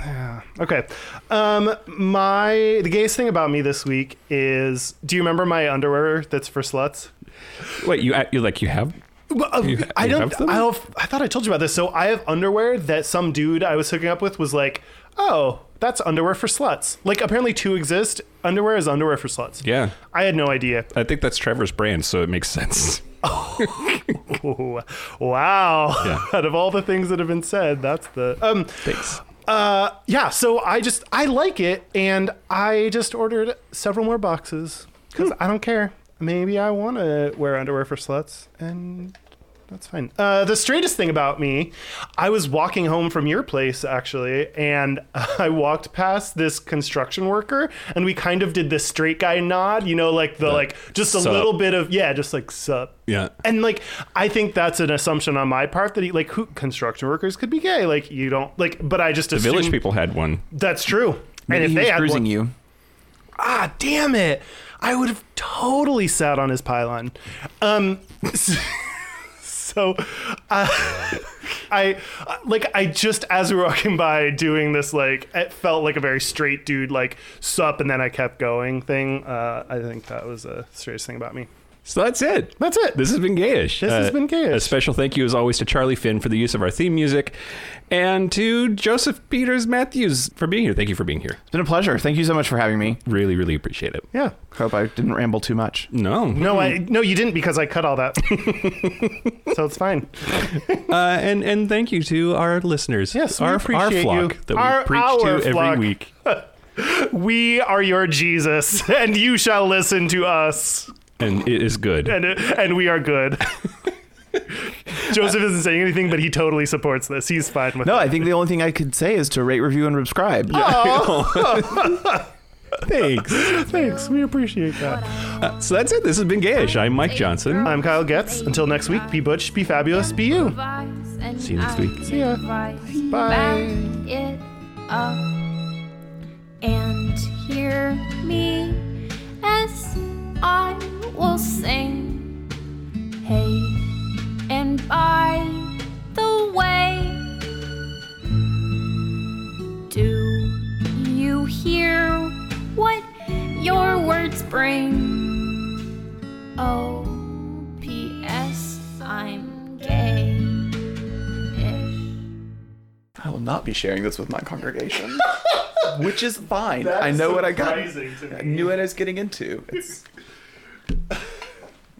S3: Okay. Um, my the gayest thing about me this week is do you remember my underwear that's for sluts?
S2: Wait, you you like you have
S3: Well, uh,
S2: You-
S3: I
S2: you
S3: don't.
S2: have them?
S3: I don't- I thought I told you about this. So I have underwear that some dude I was hooking up with was like, "Oh, that's underwear for sluts." Like apparently two exist. Underwear is underwear for sluts.
S2: yeah.
S3: I had no idea.
S2: I think that's Trevor's brand, so it makes sense.
S3: Ooh, wow.
S2: Yeah.
S3: Out of all the things that have been said, that's the um.
S2: Thanks.
S3: Uh, yeah. So I just I like it, and I just ordered several more boxes because
S2: Hmm.
S3: I don't care. Maybe I want to wear underwear for sluts, and that's fine. Uh, the straightest thing about me, I was walking home from your place actually, and I walked past this construction worker, and we kind of did this straight guy nod, you know, like the like just a
S2: sup.
S3: little bit of yeah, just like sup.
S2: Yeah.
S3: And like, I think that's an assumption on my part that he, like who construction workers could be gay. Like you don't like, but I just
S2: The village
S3: assume-
S2: people had one.
S3: That's true. and
S7: Maybe
S3: if
S7: he
S3: they
S7: was
S3: had
S7: cruising
S3: one,
S7: you.
S3: ah, damn it, I would have totally sat on his pylon. Um, so, uh, I like I just as we were walking by doing this like it felt like a very straight dude like sup and then I kept going thing. Uh, I think that was the straightest thing about me.
S2: So that's it.
S3: That's it.
S2: This has been gayish.
S3: This has been Gayish.
S2: A special thank you, as always, to Charlie Finn for the use of our theme music, and to Joseph Peters Matthews for being here. Thank you for being here.
S7: It's been a pleasure. Thank you so much for having me.
S2: Really, really appreciate it.
S3: Yeah.
S7: Hope I didn't ramble too much.
S2: No,
S3: No, I no, you didn't because I cut all that. so it's fine.
S2: Uh, and and thank you to our listeners.
S3: Yes, we
S2: our,
S3: appreciate
S2: our flock
S3: you.
S2: that
S3: Our-
S2: we preach
S3: our
S2: to every
S3: flock.
S2: week.
S3: We are your Jesus, and you shall listen to us,
S2: And it is good.
S3: and and we are good. Joseph isn't saying anything, but he totally supports this. He's fine with
S7: No,
S3: it.
S7: I think the only thing I could say is to rate, review, and subscribe.
S2: Thanks.
S3: Thanks, we appreciate that.
S2: so that's it. This has been gayish. I'm Mike Johnson.
S3: I'm Kyle Getz. Until next week, be butch, be fabulous, be you.
S1: See
S2: you next week.
S1: See
S3: ya. Bye.
S1: It up and hear me as I will sing. Hey, and by the way, do you hear what your words bring? Oh, P.S. I'm gay-ish.
S7: I will not be sharing this with my congregation, which is fine. I know what I got. I knew what I was getting into. It's